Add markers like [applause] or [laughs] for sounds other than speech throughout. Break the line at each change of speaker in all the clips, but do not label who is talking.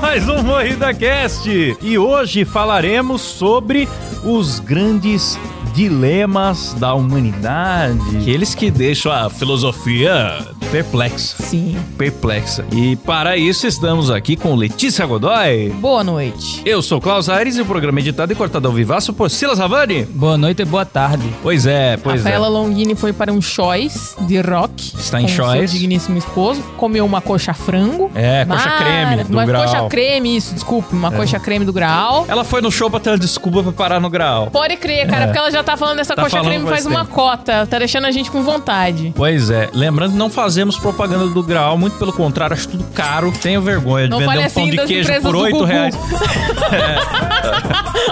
mais um Morrida Cast e hoje falaremos sobre os grandes dilemas da humanidade.
Aqueles que deixam a filosofia perplexa.
Sim.
Perplexa. E para isso estamos aqui com Letícia Godoy.
Boa noite.
Eu sou Klaus Aires e o programa é editado e cortado ao vivaço por Silas Havani.
Boa noite e boa tarde.
Pois é, pois
Rafaela Longini foi para um choice de rock.
Está em
com seu
choice.
digníssimo esposo. Comeu uma coxa frango.
é. É, coxa
Mas-
creme do É.
uma
grau.
coxa creme, isso, desculpa. Uma coxa creme do grau.
Ela foi no show pra ter uma desculpa pra parar no grau.
Pode crer, cara, porque ela já tá falando dessa
É. Tá
coxa
falando
creme
faz
faz uma
tempo.
cota. Tá deixando a gente com
[laughs]
vontade.
Pois é, lembrando que não fazemos propaganda do Graal, muito pelo contrário, acho tudo caro. Tenho vergonha de
Não
vender
fale
um
assim
pão de
das
queijo
empresas
por
do
8
Gugu.
reais.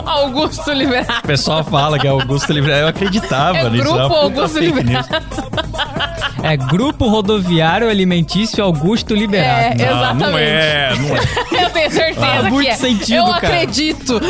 Augusto Liberato.
O pessoal fala que é Augusto Liberato. Eu acreditava
É
nisso.
grupo
era uma puta
Augusto
fake news.
Liberato.
É Grupo Rodoviário Alimentício
[laughs]
Augusto
É,
Liberato.
Ah,
exatamente.
não é, não é.
[laughs] Eu tenho certeza
Faz
que
muito
é.
sentido,
Eu
cara.
[laughs]
acredito.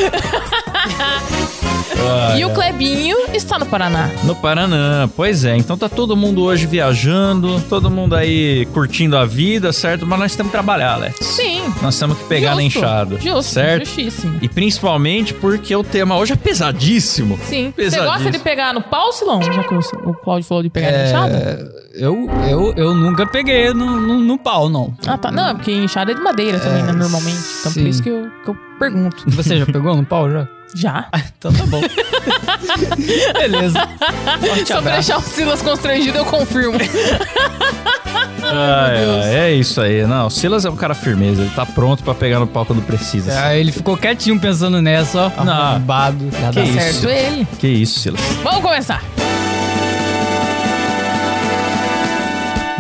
Ah,
e
é.
o Clebinho está no Paraná.
No Paraná, pois é. Então tá todo mundo hoje viajando, todo mundo aí curtindo a vida, certo? Mas nós temos que trabalhar, Alex.
Sim.
Nós temos que pegar na
Justo,
enxada.
Justo,
certo?
justíssimo.
E principalmente porque o tema hoje é pesadíssimo.
Sim. Você
Pesadíssimo.
gosta de pegar no pau, Silão? Já que o o Claudio falou de pegar na enxada?
É, Eu, eu, eu nunca peguei no, no, no pau, não.
Ah, tá. Não, é porque enxada é de madeira também, né? Normalmente. Então por
sim.
isso que eu, que eu pergunto.
Você já pegou no pau já?
Já?
Então tá bom. [laughs] Beleza.
Só
Forte
pra
abraço.
deixar o Silas constrangido, eu confirmo.
Ah,
meu Deus.
é, é isso aí. Não, o Silas é um cara firmeza. Ele tá pronto pra pegar no pau quando precisa.
Ah, ele ficou quietinho pensando nessa, ó.
Não.
Arrombado. Nada
Que
certo.
isso?
Tá certo ele.
Que isso, Silas.
Vamos começar.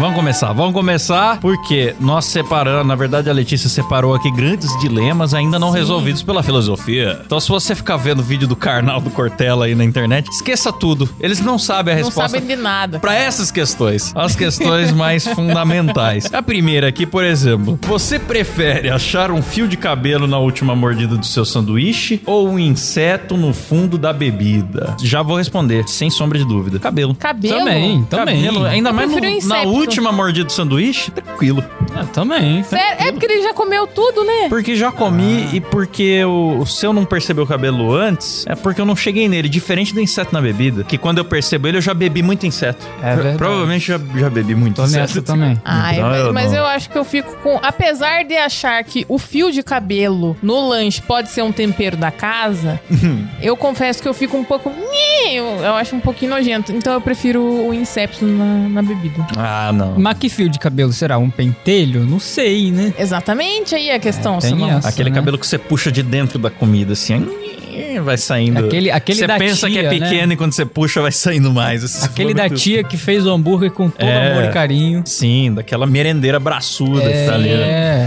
Vamos começar, vamos começar, porque nós separamos, na verdade a Letícia separou aqui grandes dilemas ainda não resolvidos pela filosofia. Então se você ficar vendo vídeo do Carnal do Cortella aí na internet, esqueça tudo. Eles não sabem a
Não
resposta
sabem de nada.
Pra essas questões, as questões [laughs] mais fundamentais. A primeira aqui, por exemplo, você prefere achar um fio de cabelo na última mordida do seu sanduíche ou um inseto no fundo da bebida? Já vou responder, sem sombra de dúvida. Cabelo.
Cabelo.
Também, também.
Cabelo, é. ainda
Eu
mais no-
prefiro um
na
inseto.
última mordida do sanduíche, tranquilo.
Ah, também.
Sério? É porque ele já comeu tudo, né?
Porque já comi e porque o, se eu não percebi o cabelo antes, é porque eu não cheguei nele. Diferente do inseto na bebida, que quando eu percebo ele, eu já bebi muito inseto.
É
Pro-
verdade.
Provavelmente já, já bebi muito
Tô
inseto.
nessa também.
Ai,
Não,
mas,
eu
mas
não.
eu acho que eu fico com. Apesar de achar que o fio de cabelo no lanche pode ser um tempero da
[laughs]
casa, eu confesso que eu fico um pouco. "Nhe", Eu, eu acho um pouquinho nojento. Então eu prefiro o incepto na, na bebida.
Ah, não.
Mas que fio de cabelo será? Um pentelho? Não sei, né?
Exatamente aí a questão,
tem
Simão.
essa.
Aquele
né?
cabelo que você puxa de dentro da comida, assim, aí vai saindo.
Aquele- aquele
você
da
pensa que é
tia, né?
pequeno e quando você puxa vai saindo mais. Esse
Aquele
foi
da
muito-
tia que fez o hambúrguer com todo
É.
amor e carinho.
Sim, daquela merendeira braçuda que tá ali. né?
É.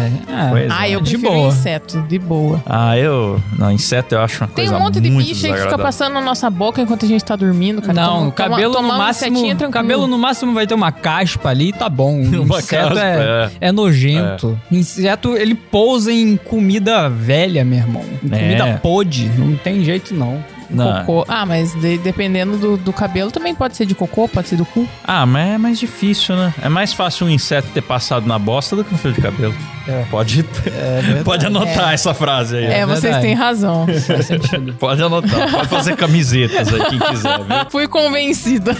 Pois
Ah,
Ah, eu
De
prefiro
boa.
inseto, de boa.
Ah, eu. Não, inseto eu acho uma
Tem
coisa
um monte de
muito
bicho aí que fica
desagradável.
passando na nossa boca enquanto a gente tá dormindo, cara.
Não,
Toma-
o cabelo
toma-
no
tomar um insetinho é
máximo.
tranquilo.
cabelo no máximo vai ter uma caspa ali, e tá bom.
[laughs]
O
Uma
inseto
caspa,
é, é nojento. Inseto, ele pousa em comida velha, meu irmão. Em
É.
comida podre. Não tem jeito, não.
Não.
Cocô. Ah, mas de- dependendo do, do cabelo também pode ser de cocô, pode ser do cu.
Ah, mas é mais difícil, né? É mais fácil um inseto ter passado na bosta do que um fio de cabelo.
É.
Pode, pode anotar essa frase aí.
É, vocês
verdade.
têm razão.
Faz sentido.
Pode anotar. Pode fazer camisetas aí, quem quiser, viu?
[laughs] Fui convencida.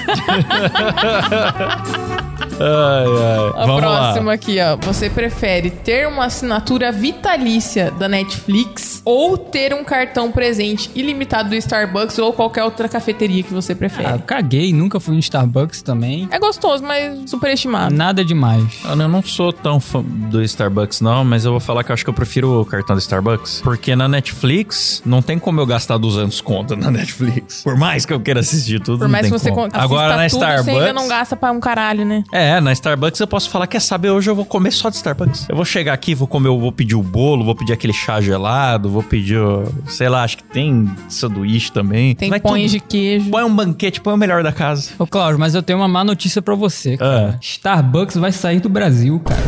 Ai, ai.
A
Vamos
próxima
lá.
aqui, ó. Você prefere ter uma assinatura vitalícia da Netflix ou ter um cartão presente ilimitado do Starbucks ou qualquer outra cafeteria que você
Ah,
prefere?
caguei, nunca fui em Starbucks também. Ah,
É gostoso, mas superestimado.
Nada demais.
Olha, Eu Ah, não sou tão fã do Starbucks, não, mas eu vou falar que eu acho que eu prefiro o cartão do Starbucks. Porque na Netflix, não tem como eu gastar 200 conto na [laughs] Netflix. Por mais que eu queira assistir tudo,
Por
não
mais que
tem
você
como.
con- assista
Agora na
tudo,
Starbucks...
você ainda não gasta pra um caralho, né?
É, na Starbucks eu posso falar, quer saber, hoje eu vou comer só de Starbucks. Eu vou chegar aqui, vou comer, eu vou pedir o bolo, vou pedir aquele chá gelado, vou pedir, ó, sei lá, acho que tem sanduíche também.
Tem
Vai
pães
tudo.
de queijo.
Põe um banquete, põe o melhor da casa. Ah.
Ô, Cláudio, mas eu tenho uma má notícia pra você, cara. Starbucks vai sair do Brasil, cara.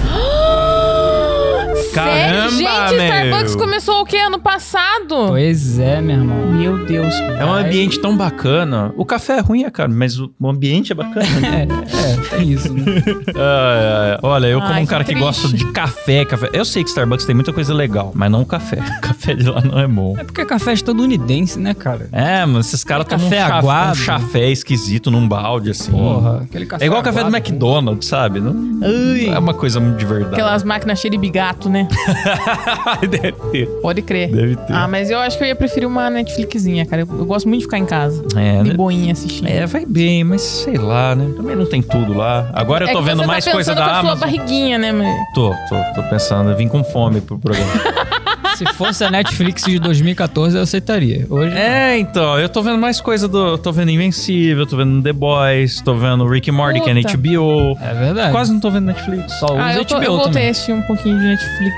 Caramba,
Gente, Starbucks
meu.
começou o quê? Ano passado?
Pois é, meu irmão.
Meu Deus.
É um ambiente tão bacana. O café é ruim, é caro, mas o o ambiente é bacana.
[laughs]
É, é, tem isso, né?
[laughs] Ai, ai. Olha, eu como
Ai,
um
que
cara que
triste.
gosta de café, café. Eu sei que Starbucks tem muita coisa legal, mas não café. [laughs] O café de lá não é bom.
É porque é café estadunidense, né, cara?
É, mano, esses caras tomam
Café
um, chá-
aguado.
um chafé esquisito num balde, assim.
Porra, aquele café.
É igual o café do
aguado. né?
McDonald's, sabe? Não, não é uma coisa muito de verdade. [laughs]
Aquelas máquinas cheias de bigato, né?
Deve ter,
Pode crer.
deve ter.
Ah, mas eu acho que eu ia preferir uma Netflixzinha, cara. Eu, eu gosto muito de ficar em casa.
é,
De
né?
boinha assistindo.
É, vai bem, mas sei lá, né? Também não tem tudo lá. Agora eu
É
tô
que
vendo
você
mais
tá
coisa
pensando
da
com a sua
Amazon.
barriguinha, né, mãe?
Tô, tô, tô pensando. Eu vim com fome pro programa.
Se fosse a Netflix de 2014, eu aceitaria. Hoje.
É, então, eu tô vendo mais coisa do. Tô vendo Invencível, tô vendo The Boys, tô vendo Rick and Morty, que é
Puta.
HBO.
É verdade.
Quase não tô vendo Netflix.
só usa
Ah, eu, tô-
HBO
eu voltei
também.
a assistir um pouquinho de Netflix.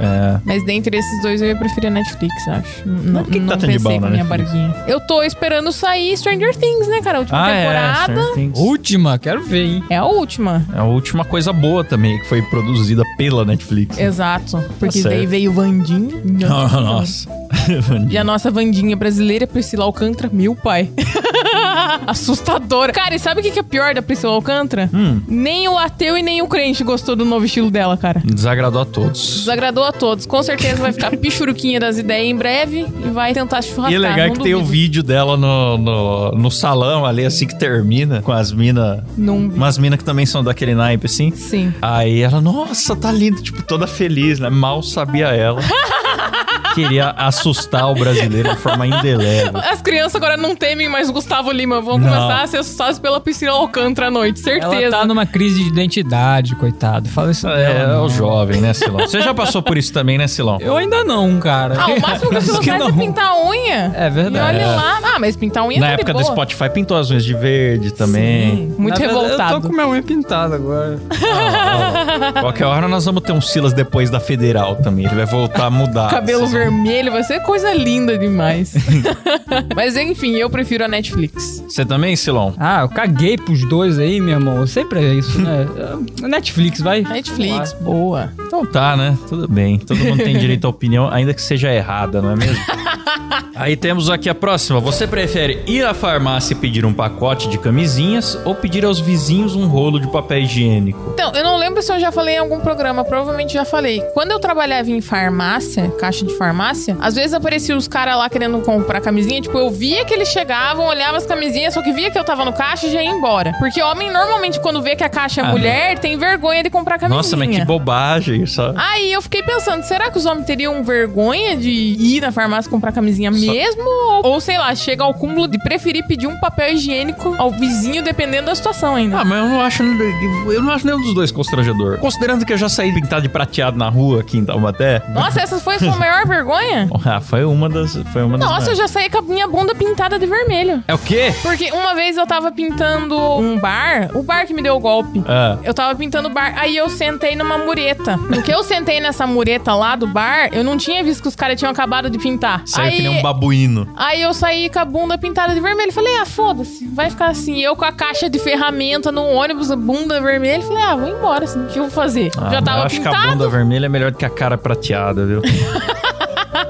É.
Mas dentre esses dois eu ia preferir a Netflix, acho. N-
Mas por que que
não
tá tendo de
pensei
bom
com
na
a minha
Netflix?
barriguinha. Eu tô esperando sair Stranger Things, né, cara? A última
Ah, é.
temporada.
Stranger Things.
Última, quero ver, hein?
É a última.
É a última coisa boa também que foi produzida pela Netflix.
Exato. Porque daí
Tá certo.
veio Vandinha.
[laughs] Nossa. [laughs]
E a nossa Vandinha brasileira, Priscila Alcântara, meu pai. [laughs] Assustadora. Cara, e sabe o que que é pior da Priscila Alcântara?
Hum.
Nem o ateu e nem o crente gostou do novo estilo dela, cara.
Desagradou a todos.
Desagradou a todos. Com certeza vai ficar pichuruquinha das ideias em breve e vai tentar churrascar.
E é legal
não
que tem o
tá duvido.
vídeo dela no, no, no salão ali, assim que termina, com as minas.
Não vi.
Umas minas que também são daquele naipe, assim.
Sim.
Aí ela, nossa, tá linda, tipo, toda feliz, né? Mal sabia
[laughs]
ela. Queria assustar o brasileiro de forma indelével.
As crianças agora não temem mais Gustavo Lima. Vão
Não.
começar a ser assustadas pela Priscila Alcântara à noite, certeza.
Ela tá numa crise de identidade, coitado. Fala isso
É,
dela,
é
não.
o jovem, né, Silão? Você já passou por isso também, né, Silão?
Eu ainda não, cara.
Ah, o
[laughs]
máximo
[laughs]
que a
Acho
Priscila faz é
não.
pintar a unha.
É verdade.
E olha lá. Ah, mas pintar a unha
Na
tá de
época do
boa.
Spotify pintou as unhas de verde também.
Sim, Muito
É. Na verdade,
revoltado.
Eu tô com minha unha pintada
[laughs]
agora.
Ah, ó, Qualquer hora nós vamos ter um Silas depois da Federal também. Ele vai voltar a mudar.
[laughs] Cabelo
Vocês vão-
vermelho, vai ser coisa
[laughs]
linda demais. Mas enfim, eu prefiro a Netflix.
Você também, Silão?
Ah, eu caguei pros dois aí, meu irmão. Sempre é isso, né? É Netflix, vai.
Netflix, boa.
Então tá, né? Tudo bem. Todo mundo tem direito à opinião, ainda que seja errada, não é mesmo? [laughs] Aí temos aqui a próxima. Você prefere ir à farmácia e pedir um pacote de camisinhas ou pedir aos vizinhos um rolo de papel higiênico?
Então, eu não lembro se eu já falei em algum programa, provavelmente já falei. Quando eu trabalhava em farmácia, caixa de farmácia, às vezes apareciam os caras lá querendo comprar camisinha, tipo, eu via que eles chegavam, olhava as camisinhas, só que via que eu tava no caixa e já ia embora. Porque homem normalmente quando vê que a caixa é
Ah,
mulher, tem vergonha de comprar camisinha.
Nossa, mas que bobagem isso. ó.
Aí eu fiquei pensando, será que os homens teriam vergonha de ir na farmácia comprar camisinha
Só-
mesmo? Ou, ou, sei lá, chega ao cúmulo de preferir pedir um papel higiênico ao vizinho, dependendo da situação ainda.
Ah, mas eu não acho. Eu não acho nenhum dos dois constrangedor. Considerando que eu já saí pintado de prateado na rua aqui em Taubaté.
Nossa, essa foi a sua
[laughs]
maior vergonha?
É. Ah, foi uma das. Foi uma das
Nossa, eu já saí com a minha bunda pintada de vermelho.
É o quê?
Porque uma vez eu tava pintando um bar, o bar que me deu o golpe.
Ah.
Eu tava pintando o bar, aí eu sentei numa mureta. No que eu sentei nessa mureta lá do bar, eu não tinha visto que os caras tinham acabado de pintar.
Saiu
aí,
que nem um babuíno.
aí eu saí com a bunda pintada de vermelho. Falei, ah, foda-se, vai ficar assim. Eu com a caixa de ferramenta no ônibus, a bunda vermelha. Falei, ah, vou embora, assim, o que eu vou fazer?
Ah,
Já
mas eu
tava
acho que a
pintado.
bunda vermelha é melhor do que a cara prateada,
[laughs]
viu?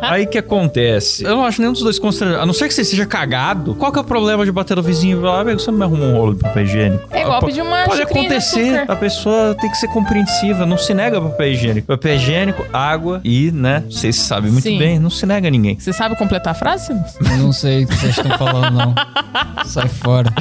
Aí que acontece? Eu não acho nenhum dos dois constrangedor. A não ser que você seja cagado. Qual que é o problema de bater no vizinho e falar, "Ah, amigo, você não me arruma um rolo de papel higiênico?
É igual
Ah, po-
pedir uma
Pode
xicrinha de
acontecer.
açúcar.
A pessoa tem que ser compreensiva. Não se nega papel higiênico. Papel higiênico, água e, né? Vocês sabem muito
Sim.
bem. Não se nega a ninguém.
Você sabe completar a frase? Silas?
Eu não sei o que vocês estão falando, não. Sai fora.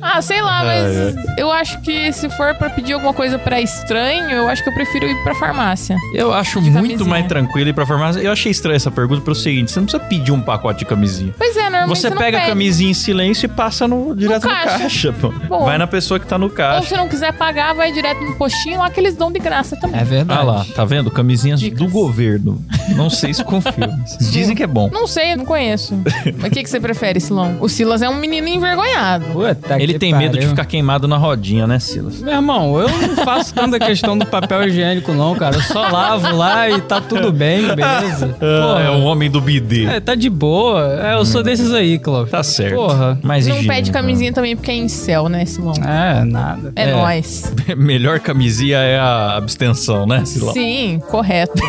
Ah, é. sei lá,
Ai,
mas eu acho que se for pra pedir alguma coisa pra estranho, eu acho que eu prefiro ir pra farmácia.
Eu acho
De
muito
camisinha.
mais tranquilo ir pra farmácia. Eu achei estranha essa pergunta pelo seguinte: você não precisa pedir um pacote de camisinha.
Pois é, normalmente
Você
não
pega a
pede.
camisinha em silêncio e passa no, direto no caixa,
caixa.
pô.
Bom.
Vai na pessoa que tá no
Ou
caixa.
se não quiser pagar, vai direto no postinho lá que eles dão de graça também.
É verdade.
Ah lá, tá vendo? Camisinhas
Dicas.
do governo. Não sei se [laughs] confio. mas Dizem que é bom.
Não sei, não [laughs] conheço. Mas o que, que você prefere, Silão? O Silas é um menino envergonhado.
Puta
Ele
que
tem medo de
pariu.
ficar queimado na rodinha, né, Silas?
Meu irmão, eu não faço tanta questão do papel higiênico, não, cara. Eu só lavo lá e tá tudo bem, beleza.
[laughs] Ah, é
Porra,
o homem do bidê.
é, tá de boa. É, eu sou desses aí, Cláudio.
Tá certo.
Porra.
Mas
Não
higiene,
pede
né?
camisinha também porque é incel, né, Silão?
É, nada.
É, [laughs] nóis.
[laughs] Melhor camisinha é a abstenção, né, Silão?
Sim, [laughs] correto.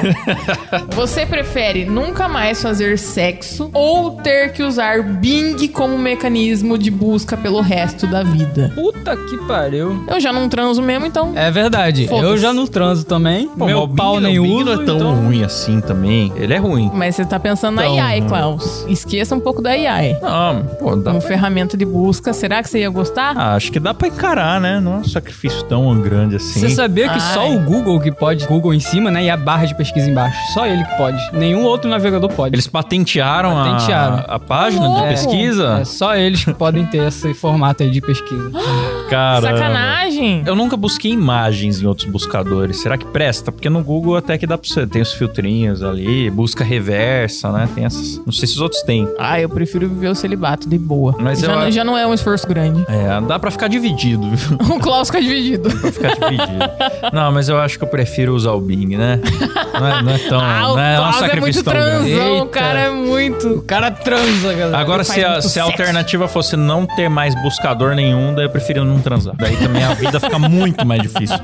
Você prefere nunca mais fazer sexo ou ter que usar Bing como mecanismo de busca pelo resto da vida?
Puta que pariu.
Eu já não transo mesmo, então.
É verdade.
Foda-se.
Eu já não transo também.
Pô, mas
meu
o Bing-
pau
o
nem
Bing
uso.
não é tão
então-
ruim assim também. Ele é ruim.
Mas você tá pensando
Então,
na AI,
né?
Klaus. Esqueça um pouco da AI.
Não, pô, dá
Como
pra...
ferramenta de busca, será que você ia gostar?
Ah, acho que dá pra encarar, né? Não é um sacrifício tão grande assim.
Você sabia que
Ai.
só o Google que pode, Google em cima, né? E a barra de pesquisa embaixo. Só ele que pode. Nenhum outro navegador pode.
Eles patentearam, a-
Patentearam.
A, página
Louco.
de pesquisa?
É só eles que podem ter esse formato aí de pesquisa.
É.
Cara.
Sacanagem!
Eu nunca busquei imagens em outros buscadores. Será que presta? Porque no Google até que dá pra você. Tem os filtrinhos ali, busca reversa, né? Tem essas. Não sei se os outros têm.
Ah, eu prefiro viver o celibato de boa.
Mas
já,
eu
não,
acho-
já não é um esforço grande. [laughs]
É, dá pra ficar dividido, [laughs] viu?
o Klaus fica dividido.
Pra ficar dividido.
[laughs]
não, mas eu acho que eu prefiro usar o Bing, né? Não é, não é tão.
ah, o
não é um
Klaus é
sacrifício
muito
tão grande.
transão, o
Eita.
cara é muito.
O cara transa, galera.
Agora,
Ele
se
faz
a,
muito
se a
sexo.
alternativa fosse não ter mais buscador nenhum, daí eu prefiro não transar. Daí também a vida fica muito mais difícil.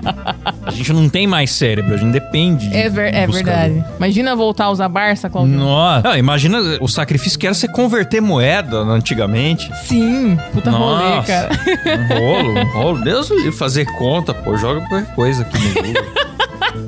A gente não tem mais cérebro, a gente depende de
É, ver- é
buscador.
verdade. Imagina voltar a usar Barça, Klaus.
Nossa, Ah, imagina o sacrifício que era você converter moeda antigamente.
Sim, puta rolê,
Nossa,
cara.
um rolo, um rolo. Deus me livre, fazer conta, pô, joga qualquer coisa aqui no Google.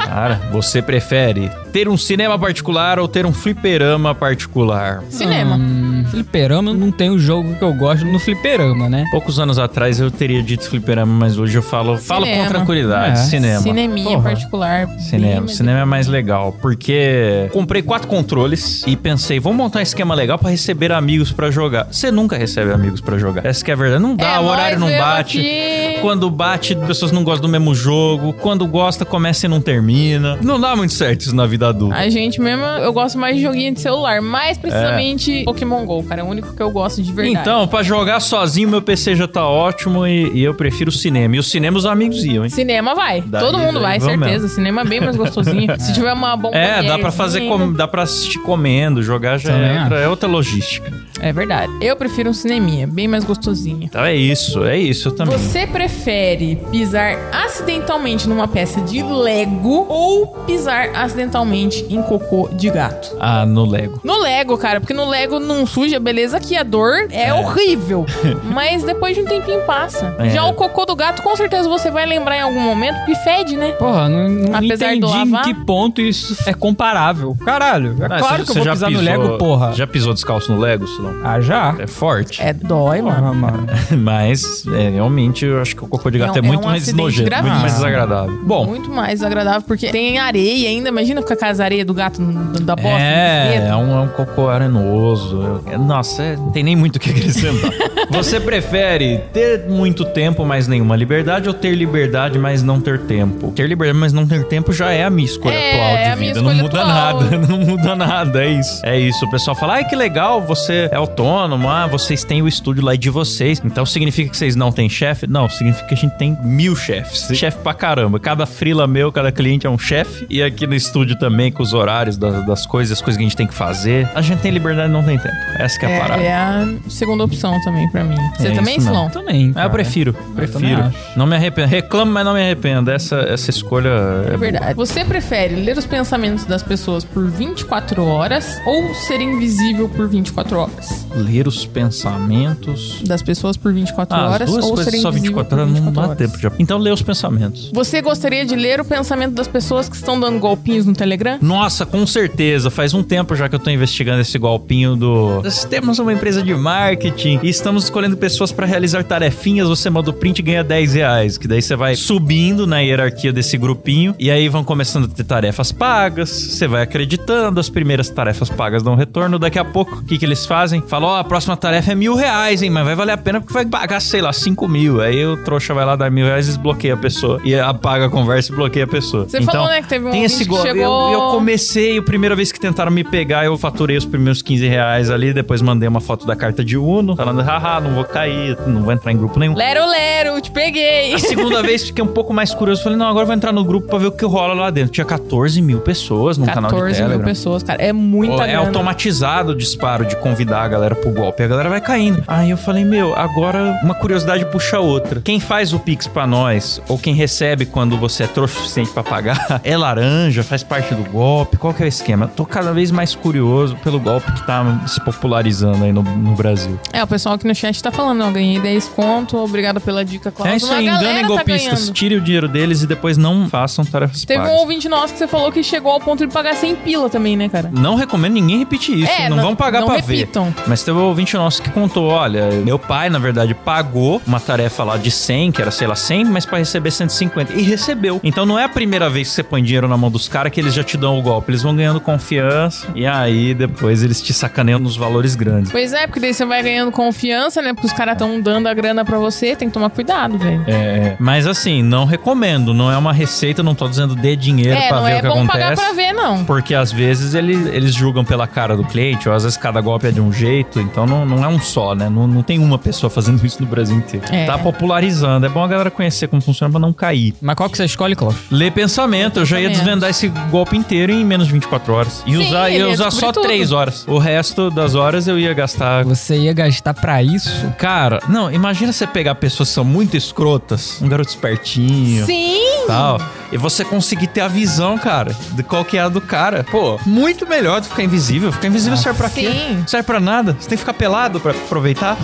Cara, você prefere ter um cinema particular ou ter um fliperama particular?
Cinema.
Hum, fliperama não tem o jogo que eu gosto no fliperama, né?
Poucos anos atrás eu teria dito fliperama, mas hoje eu falo, falo com
Cinema.
tranquilidade,
É.
cinema.
Cineminha
Porra.
particular.
Cinema.
Bem,
Cinema é mais legal, porque comprei quatro controles e pensei, vamos montar um esquema legal pra receber amigos pra jogar. Você nunca recebe amigos pra jogar. Essa que é a verdade. Não dá,
É,
o horário
nós,
não
eu
bate.
aqui.
Quando bate, as pessoas não gostam do mesmo jogo. Quando gosta, começa e não termina. Não dá muito certo isso na vida adulta.
A gente mesmo, eu gosto mais de joguinho de celular, mais precisamente Pokémon GO, cara. É o único que eu gosto de verdade.
Então, pra jogar sozinho, meu PC já tá ótimo e, e eu prefiro o cinema. E o cinema os amigos iam, hein?
Cinema vai.
Daí-
Todo mundo
daí
vai,
vamos
certeza. Cinema é bem mais gostosinho.
[laughs]
Se tiver uma bomba.
É, dá pra fazer, com- dá pra assistir comendo, jogar já
Também
é outra, é outra logística.
É verdade. Eu prefiro um cineminha, bem mais gostosinho.
Então é isso, é isso eu também.
Você prefere pisar acidentalmente numa peça de Lego ou pisar acidentalmente em cocô de gato?
Ah, no Lego.
No Lego, cara, porque no Lego não suja, beleza que a dor é, horrível. Mas depois de um tempinho passa.
É.
Já o cocô do gato, com certeza você vai lembrar em algum momento, porque fede, né?
Porra, não, não
Apesar do
entendi em
lavar?
que ponto isso é comparável. Caralho, é
Ah,
claro
cê-
que eu
cê
vou
já
pisar no
pisou-
Lego, porra.
Já pisou descalço no Lego, Silão?
Ah, já?
É forte.
É dói, mano.
Porra, mano.
[laughs] Mas, é, realmente, eu acho que o cocô de gato é,
É um- é
muito
um
mais
acidente
nojento, muito
gravíssimo.
mais desagradável. Bom,
Muito mais agradável, porque tem areia ainda. Imagina ficar com as areias do gato no- da bosta. no
é,
dedo.
é um, é um cocô arenoso. É- Nossa, é- não tem nem muito o que
[laughs]
acrescentar. Você prefere ter muito tempo, mas nenhuma liberdade, ou ter liberdade, mas não ter tempo? Ter liberdade, mas não ter tempo já é a minha escolha
É,
atual de
é a minha
vida. Não
escolha
muda
atual.
nada, [laughs] não muda nada, é isso. É isso, o pessoal fala, ai que legal, você é autônomo, ah, vocês têm o estúdio lá de vocês, então significa que vocês não têm chefe? Não, significa que a gente tem mil chefes. Chefe pra caramba, cada frila meu, cada cliente é um chefe, e aqui no estúdio também, com os horários das, das coisas, as coisas que a gente tem que fazer, a gente tem liberdade, não tem tempo. Essa que é a parada.
É, é a segunda opção também pra mim. Você
É
também,
isso mesmo.
Silão?
Também.
Ah,
cara.
eu prefiro,
É, também
prefiro.
acho.
Não me arrependo. Reclamo, mas não me arrependo. Essa, essa escolha
É
é
verdade. Você prefere ler os pensamentos das pessoas por 24 horas ou ser invisível por 24 horas?
ler os pensamentos.
Das pessoas por 24
Ah, as
horas
duas
ou ser
coisas só
invisível
24
por
horas não dá
24 horas?
tempo já. Então lê os pensamentos.
Você gostaria de ler o pensamento das pessoas que estão dando golpinhos no Telegram?
Nossa, com certeza. Faz um tempo já que eu tô investigando esse golpinho do. Nós temos uma empresa de marketing e estamos escolhendo pessoas pra realizar tarefinhas. Você manda o print e ganha 10 reais. Que daí você vai subindo na hierarquia desse grupinho. E aí vão começando a ter tarefas pagas. Você vai acreditando, as primeiras tarefas pagas dão retorno. Daqui a pouco, o que, que eles fazem? Falam, ó, a próxima tarefa é mil reais, hein? Mas vai valer a pena porque vai pagar, sei lá, 5 mil. Aí o trouxa vai lá dar mil reais e desbloqueia a pessoa. E apaga a conversa e bloqueia a pessoa.
Você falou, né, que teve um
Então, tem
ouvinte
esse
que
go-
chegou
eu comecei, a primeira vez que tentaram me pegar, eu faturei os primeiros 15 reais ali, depois mandei uma foto da carta de Uno, falando, haha, não vou cair, não vou entrar em grupo nenhum.
Lero, lero, te peguei.
A segunda vez fiquei um pouco mais curioso, falei, não, agora eu vou entrar no grupo pra ver o que rola lá dentro. Tinha 14 mil pessoas no um canal de
14 mil
Telegram.
pessoas, cara. É muita
Ó, é
grana.
automatizado o disparo de convidar a galera pro golpe. A galera vai caindo. Aí eu falei, meu, agora uma curiosidade puxa a outra. Quem faz o Pix pra nós, ou quem recebe quando você é trouxa o suficiente pra pagar, [laughs] é laranja, faz parte do golpe? Qual que é o esquema? Eu tô cada vez mais curioso pelo golpe que tá se popularizando aí no, no Brasil.
É, o pessoal aqui no chat tá falando, ó, ganhei 10 conto, obrigado pela dica, Cláudia.
é isso
Uma
aí,
galera
enganem
tá
golpistas.
ganhando.
Tire o dinheiro deles e depois não façam tarefas
Teve um
pagas.
ouvinte nosso que você falou que chegou ao ponto de pagar 100 pila também, né, cara?
Não recomendo ninguém repetir isso.
É,
não,
não-
vão pagar
não
pra
repitam.
ver. Mas teve um ouvinte nosso que contou: olha, meu pai, na verdade, pagou uma tarefa lá de 100, que era, sei lá, 100, mas pra receber 150. E recebeu. Então não é a primeira vez que você põe dinheiro na mão dos caras que eles já te dão o golpe. Eles vão ganhando confiança e aí depois eles te sacaneiam nos valores grandes.
Pois é, porque daí você vai ganhando confiança, né? Porque os caras estão dando a grana pra você, tem que tomar cuidado, velho.
É. Mas assim, não recomendo. Não é uma receita, não tô dizendo dê dinheiro
É,
pra
não
ver
é
o que
bom
acontece.
pagar pra ver, não.
Porque às vezes eles, eles julgam pela cara do cliente, ou às vezes cada golpe é de um jeito, então não, não é um só, né? Não, não tem uma pessoa fazendo isso no Brasil inteiro.
É.
Tá popularizando. É bom a galera conhecer como funciona pra não cair.
Mas qual que você escolhe, Klaus?
Lê pensamento, eu já ia
Pensamento.
desvendar esse golpe inteiro em menos de 24 horas. E
Sim,
usar,
ele
ia
ia
usar só
descobrir tudo.
3 horas. O resto das horas eu ia gastar.
Você ia gastar pra isso?
Cara, não, imagina você pegar pessoas que são muito escrotas, um garoto espertinho,
Sim!
tal. E você conseguir ter a visão, cara, de qual que é a do cara. Pô, muito melhor do que ficar invisível. Ficar invisível serve pra quê?
sim.
Serve pra nada. Você tem que ficar pelado pra
[laughs]
aproveitar.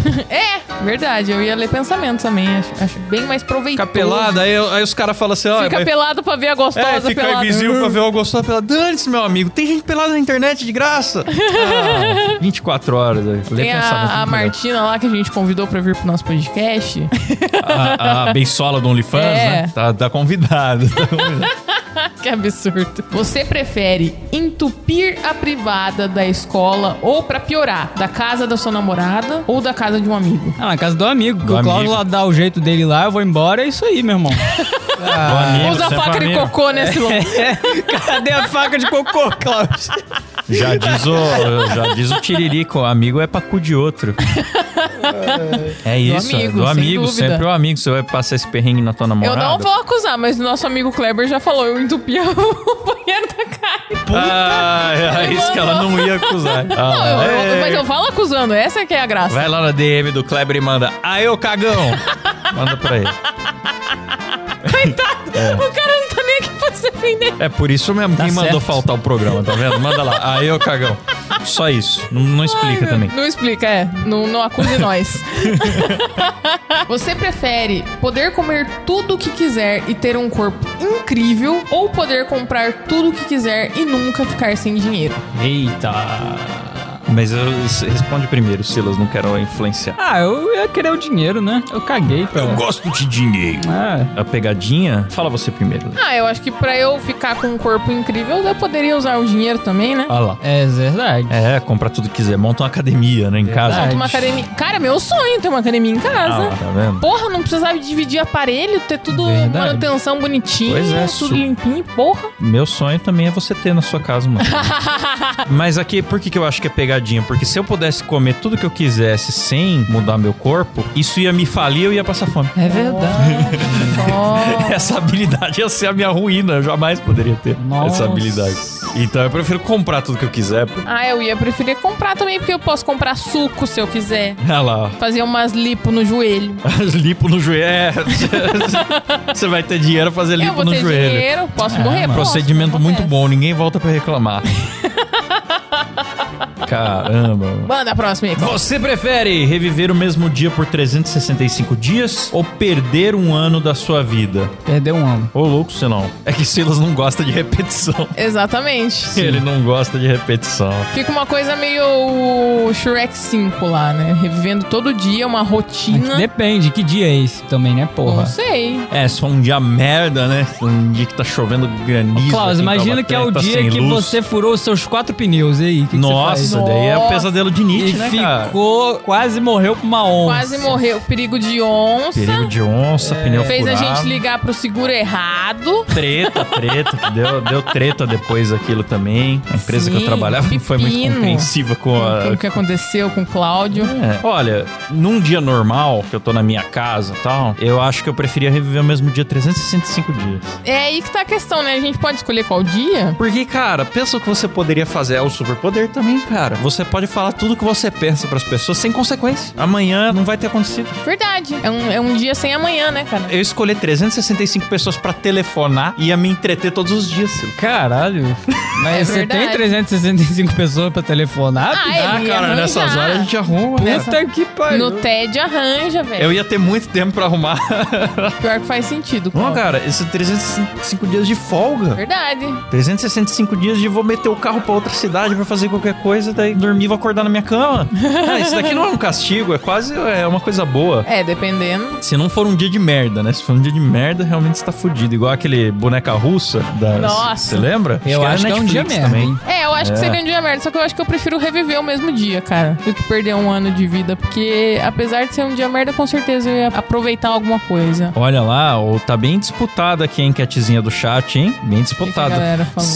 Verdade, eu ia ler pensamento também. Acho, acho bem mais
Ficar
proveitoso.
pelado, aí, aí os caras falam assim, ó...
Fica Hum.
vai-
pelado pra ver a gostosa
é, ficar
pelada.
invisível pra ver o gostoso pelado. Dane-se, meu amigo. Tem gente pelada na internet de
[laughs]
graça. Ah, 24 horas. aí. Lê
Tem
pensamento
a, a
muito
Martina lá que a gente convidou pra vir pro nosso
[laughs]
podcast.
melhor.
[laughs]
A, a Beisola do OnlyFans,
É.
né? Tá, tá
[laughs]
convidado.
que absurdo. Você prefere entupir a privada da escola ou, pra piorar, da casa da sua namorada ou da casa de um amigo?
Ah, na casa do amigo. que
Do
o Klaus
amigo.
lá dá o jeito dele lá, eu vou embora, é isso aí,
[laughs]
meu irmão.
Do Tá amigo,
Usa
sempre
faca de
amigo. É.
cocô nesse longo.
Cadê a faca de cocô, Klaus?
Já diz o, já diz o Tiririca, o amigo é pra cu de outro. É isso, do
amigo,
amigo,
sem dúvida.
sempre o amigo. Você vai passar esse perrengue na tua
Eu um
namorada.
não vou acusar, mas o nosso amigo Kleber já falou, eu entupia [laughs] o banheiro da cara.
Ah, é isso que ela não ia acusar.
Não,
Ah,
eu- eu-
é.
mas eu falo acusando, essa que é a graça.
Vai lá na DM do Kleber e manda. Aí, ô cagão! Manda pra ele.
O cara não tá nem aqui pra se defender.
É por isso mesmo
Tá
quem mandou
certo.
faltar o programa, tá vendo? Manda lá. Aí, ô cagão. Só isso. Não, não explica também.
Não explica, é. Não, não acuse
[laughs]
nós. Você prefere poder comer tudo o que quiser e ter um corpo incrível ou poder comprar tudo o que quiser e nunca ficar sem dinheiro?
Eita.
Mas eu, responde primeiro, Silas. Não quero influenciar.
Ah, eu ia querer o dinheiro, né? Eu caguei pra...
gosto de dinheiro.
Ah,
A pegadinha? Fala você primeiro. Lê.
Ah, eu acho que pra eu ficar com um corpo incrível, eu poderia usar o dinheiro também, né?
Ah lá.
é verdade.
É, comprar tudo que quiser. Monta uma academia, né? Em casa.
Verdade.
Uma academia. Cara, meu sonho é ter uma academia em
Ah, lá,
casa.
tá vendo?
Porra, não precisava dividir aparelho, ter tudo
Verdade.
manutenção bonitinha,
Pois é,
tudo
su-
limpinho, porra.
Meu sonho também é você ter na sua casa,
[laughs]
mano. Mas aqui, por que, que eu acho que é pegadinha? Porque se eu pudesse comer tudo que eu quisesse sem mudar meu corpo, isso ia me falir e eu ia passar fome.
É verdade.
[laughs] [laughs]
Nossa.
Essa habilidade ia ser a minha ruína. Eu jamais poderia ter
Nossa.
essa habilidade. Então eu prefiro comprar tudo que eu quiser. pô.
Ah, eu ia preferir comprar também, porque eu posso comprar suco se eu quiser.
Olha Ah lá, [laughs] ó.
Fazer umas lipo no joelho.
lipo no joelho. [laughs] É. Você vai ter dinheiro pra fazer
eu
lipo
vou
no
ter
joelho.
dinheiro, posso morrer?
É,
Posso,
procedimento
não
muito
acontece.
bom, ninguém volta pra
[laughs]
reclamar. Caramba.
Manda a próxima aí.
Você prefere reviver o mesmo dia por 365 dias ou perder um ano da sua vida?
Perdeu um ano.
Ô, louco, você não. É que Silas não gosta de repetição.
Exatamente.
Ele não gosta de repetição.
Fica uma coisa meio Shrek 5 lá, né? Revivendo todo dia uma rotina.
Depende, que dia é esse também, né, porra?
Não sei.
É, se for um dia merda, né? Um dia que tá chovendo granizo.
Klaus,
aqui em
imagina que é o
Taubaté, tá
dia
sem
que
luz.
você furou os seus quatro pneus e aí. o Que que você
Nossa,
faz?
daí é o
Nossa.
pesadelo de Nietzsche,
E
né, cara?
ficou. Quase morreu pra uma onça.
Quase morreu. Perigo de onça.
Perigo de
É.
onça, pneu
Fez a
furado.
gente ligar pro seguro errado.
Treta, treta, que deu, deu treta depois aquilo também. A empresa que eu
Sim,
trabalhava não foi muito
pepino.
compreensiva com a,
Com O que aconteceu com o Cláudio.
É. Olha, num dia normal, que eu tô na minha casa e tal, eu acho que eu preferia reviver o mesmo dia 365 dias.
É aí que tá a questão, né? A gente pode escolher qual dia?
Porque, cara, pensa o que você poderia fazer. É o superpoder também, cara. Você pode falar tudo o que você pensa pras pessoas sem consequência. Amanhã não vai ter acontecido.
Verdade. É um, é um dia sem amanhã, né, cara?
Eu escolher 365 pessoas pra telefonar e ia me entreter todos os dias, Silo.
Caralho. Mas
É
você tem
verdade.
365 pessoas pra telefonar?
é.
Ah, ele ia arranjar.
nessas horas a gente arruma. né?
Nessa-
Puta que pariu.
No TED arranja, velho.
Eu ia ter muito tempo pra arrumar.
Pior que faz sentido.
[laughs] Não,
Cláudio.
cara, é esses 365 dias de folga.
Verdade.
365 dias de vou meter o carro pra outra cidade pra fazer qualquer coisa, daí dormir e vou acordar na minha cama. Ah, isso daqui não é um castigo, é quase é uma coisa boa.
É, dependendo.
Se não for um dia de merda, né? Se for um dia de merda, realmente você tá fudido. Igual aquele boneca russa das.
Nossa.
Você lembra?
Eu
era
acho que é um
Netflix
dia merda, hein?
É, eu acho que
É.
seria um dia merda, só que eu acho que eu prefiro reviver o mesmo dia, cara, do que perder um ano de vida, porque apesar de ser um dia merda, com certeza eu ia aproveitar alguma coisa.
Olha lá, ó, tá bem disputada aqui a enquetezinha do chat, hein? Bem
O que que a
disputada.
galera falou?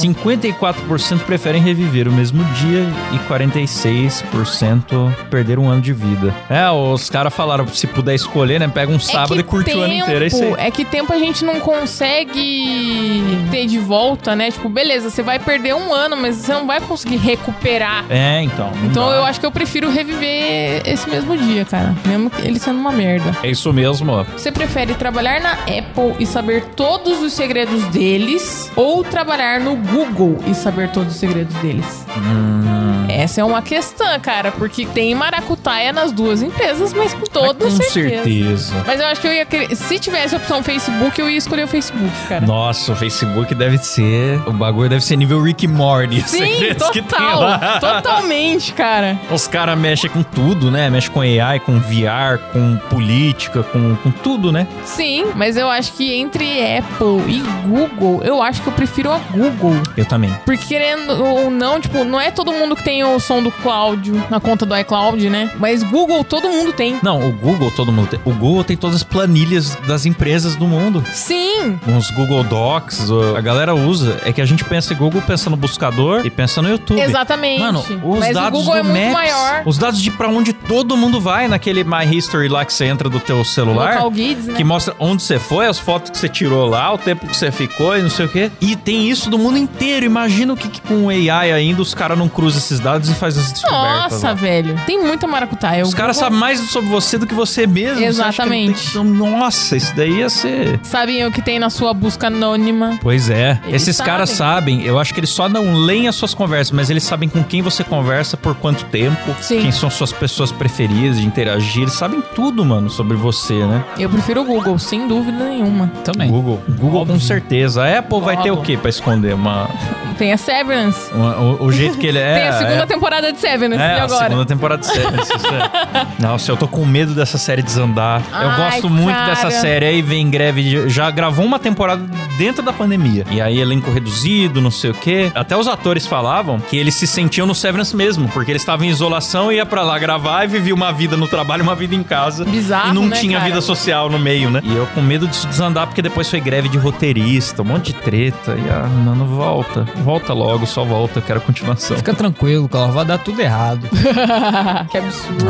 54% preferem reviver o mesmo dia e 46% perder um ano de vida. É, os caras falaram, se puder escolher, né? Pega um sábado e curte o ano inteiro. É isso aí.
é que tempo a gente não consegue ter de volta, né? Tipo, beleza, você vai perder um ano, mas você não vai conseguir recuperar.
É, então. não
Então
dá.
eu acho que eu prefiro reviver esse mesmo dia, cara. Mesmo que ele sendo uma merda.
É isso mesmo, ó.
Você prefere trabalhar na Apple e saber todos os segredos deles ou trabalhar no Google e saber todos os segredos deles?
Hum,
Essa é uma questão, cara, porque tem maracutaia nas duas empresas, mas com toda
é Com
certeza.
certeza.
Mas eu acho que eu ia querer. Se tivesse a opção Facebook, eu ia escolher o Facebook, cara.
Nossa, o Facebook deve ser. O bagulho deve ser nível Rick and Morty. [laughs] os
Sim,
segredos que tem lá.
total. Totalmente, cara.
Os caras mexem com tudo, né? Mexe com AI, com VR, com política, com, com tudo, né?
Sim, mas eu acho que entre Apple e Google, eu acho que eu prefiro a Google.
Eu também.
Porque querendo ou não, tipo, não é todo mundo que tem o som do Cláudio na conta do iCloud, né? Mas Google todo mundo tem.
Não, o Google todo mundo tem. O Google tem todas as planilhas das empresas do mundo.
Sim,
Uns Google Docs, o- a galera usa. É que a gente pensa em Google, pensa no buscador e pensa no YouTube.
exatamente.
Mano, os
mas
dados
o Google
do
é muito
Maps,
maior.
os dados de pra onde todo mundo vai naquele My History lá que você entra do teu celular,
Local Guides, né?
que mostra onde você foi, as fotos que você tirou lá, o tempo que você ficou e não sei o quê. E tem isso do mundo inteiro. Imagina o que, que com AI ainda os caras não cruzam esses dados e fazem as descobertas.
Nossa,
lá.
velho. Tem muita maracutaia.
Os
O
caras
Google-
sabem mais sobre você do que você mesmo. Você acha que ele tem-
Exatamente.
Nossa, isso daí ia ser.
Sabem o que tem na sua busca anônima.
Pois é.
Eles
Esses
sabem.
caras sabem, eu acho que eles só não leem as suas conversas, mas eles sabem com quem você conversa, por quanto tempo,
Sim.
quem são suas pessoas preferidas de interagir. Eles sabem tudo, mano, sobre você, né?
Eu prefiro o Google, sem dúvida nenhuma.
Também.
Google. Google, com certeza. A Apple vai ter o
Óbvio.
quê pra esconder? Uma,
Tem a Severance.
uma- o, o jeito que
[laughs]
ele é.
tem a segunda temporada de Severance,
É,
e
a
agora?
segunda temporada de Severance. isso
[laughs]
é. Nossa, eu tô com medo dessa série desandar. eu
Ai,
gosto muito
cara.
dessa série. Aí vem greve. de- Já gravou uma temporada dentro da pandemia. E aí elenco reduzido, não sei o quê. Até os atores falavam que eles se sentiam no Severance mesmo, porque eles estavam em isolação, ia pra lá gravar e vivia uma vida no trabalho, uma vida em casa.
Bizarro,
E não
né,
tinha
cara?
vida social no meio, né? E eu com medo disso desandar, porque depois foi greve de roteirista, um monte de treta. E ah, mano, volta. Volta logo, só volta. Eu quero continuação.
Fica tranquilo, Cláudio. Vai dar tudo errado.
[laughs] que absurdo.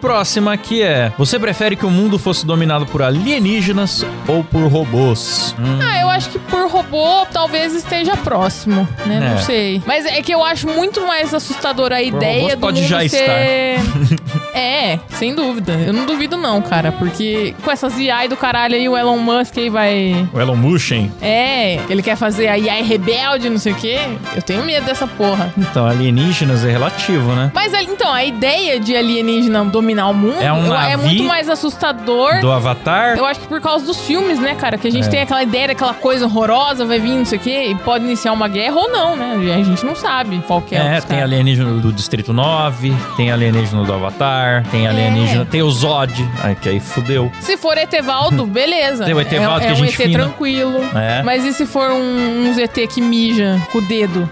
Próxima aqui é: Você prefere que o mundo fosse dominado por alienígenas ou por robôs? Hum,
Ah, eu acho que por robô talvez esteja próximo, né?
É.
Não sei. Mas é que eu acho muito mais assustadora a
robôs
ideia do
pode
mundo
já
ser... [laughs] é, sem dúvida. Eu não duvido não, cara, porque com essas AI do caralho aí o Elon Musk aí vai,
O Elon Musk, hein?
é, ele quer fazer a AI rebelde, não sei o quê. Eu tenho medo dessa porra.
Então, alienígenas é relativo, né?
Mas ali- então, a ideia de alienígena dominar o mundo
É um
eu- é
navio
muito mais assustador
Do Avatar.
Eu acho que por causa dos filmes, né, cara? Que a gente
É.
tem aquela ideia daquela coisa horrorosa, vai vir, não sei o quê, e pode iniciar uma guerra ou não, né? A gente não sabe qual que é, o
É,
dos
tem
caras.
alienígena do Distrito 9, tem alienígena do Avatar, Avatar, tem
É.
alienígena, tem o Zod. Ai, que aí fudeu.
Se for
[laughs]
Etevaldo, beleza.
Tem o Etevaldo
é,
que a
é um
gente
ET
fina.
tranquilo.
É.
Mas e se for um, uns ET que mija com o
[laughs]
dedo?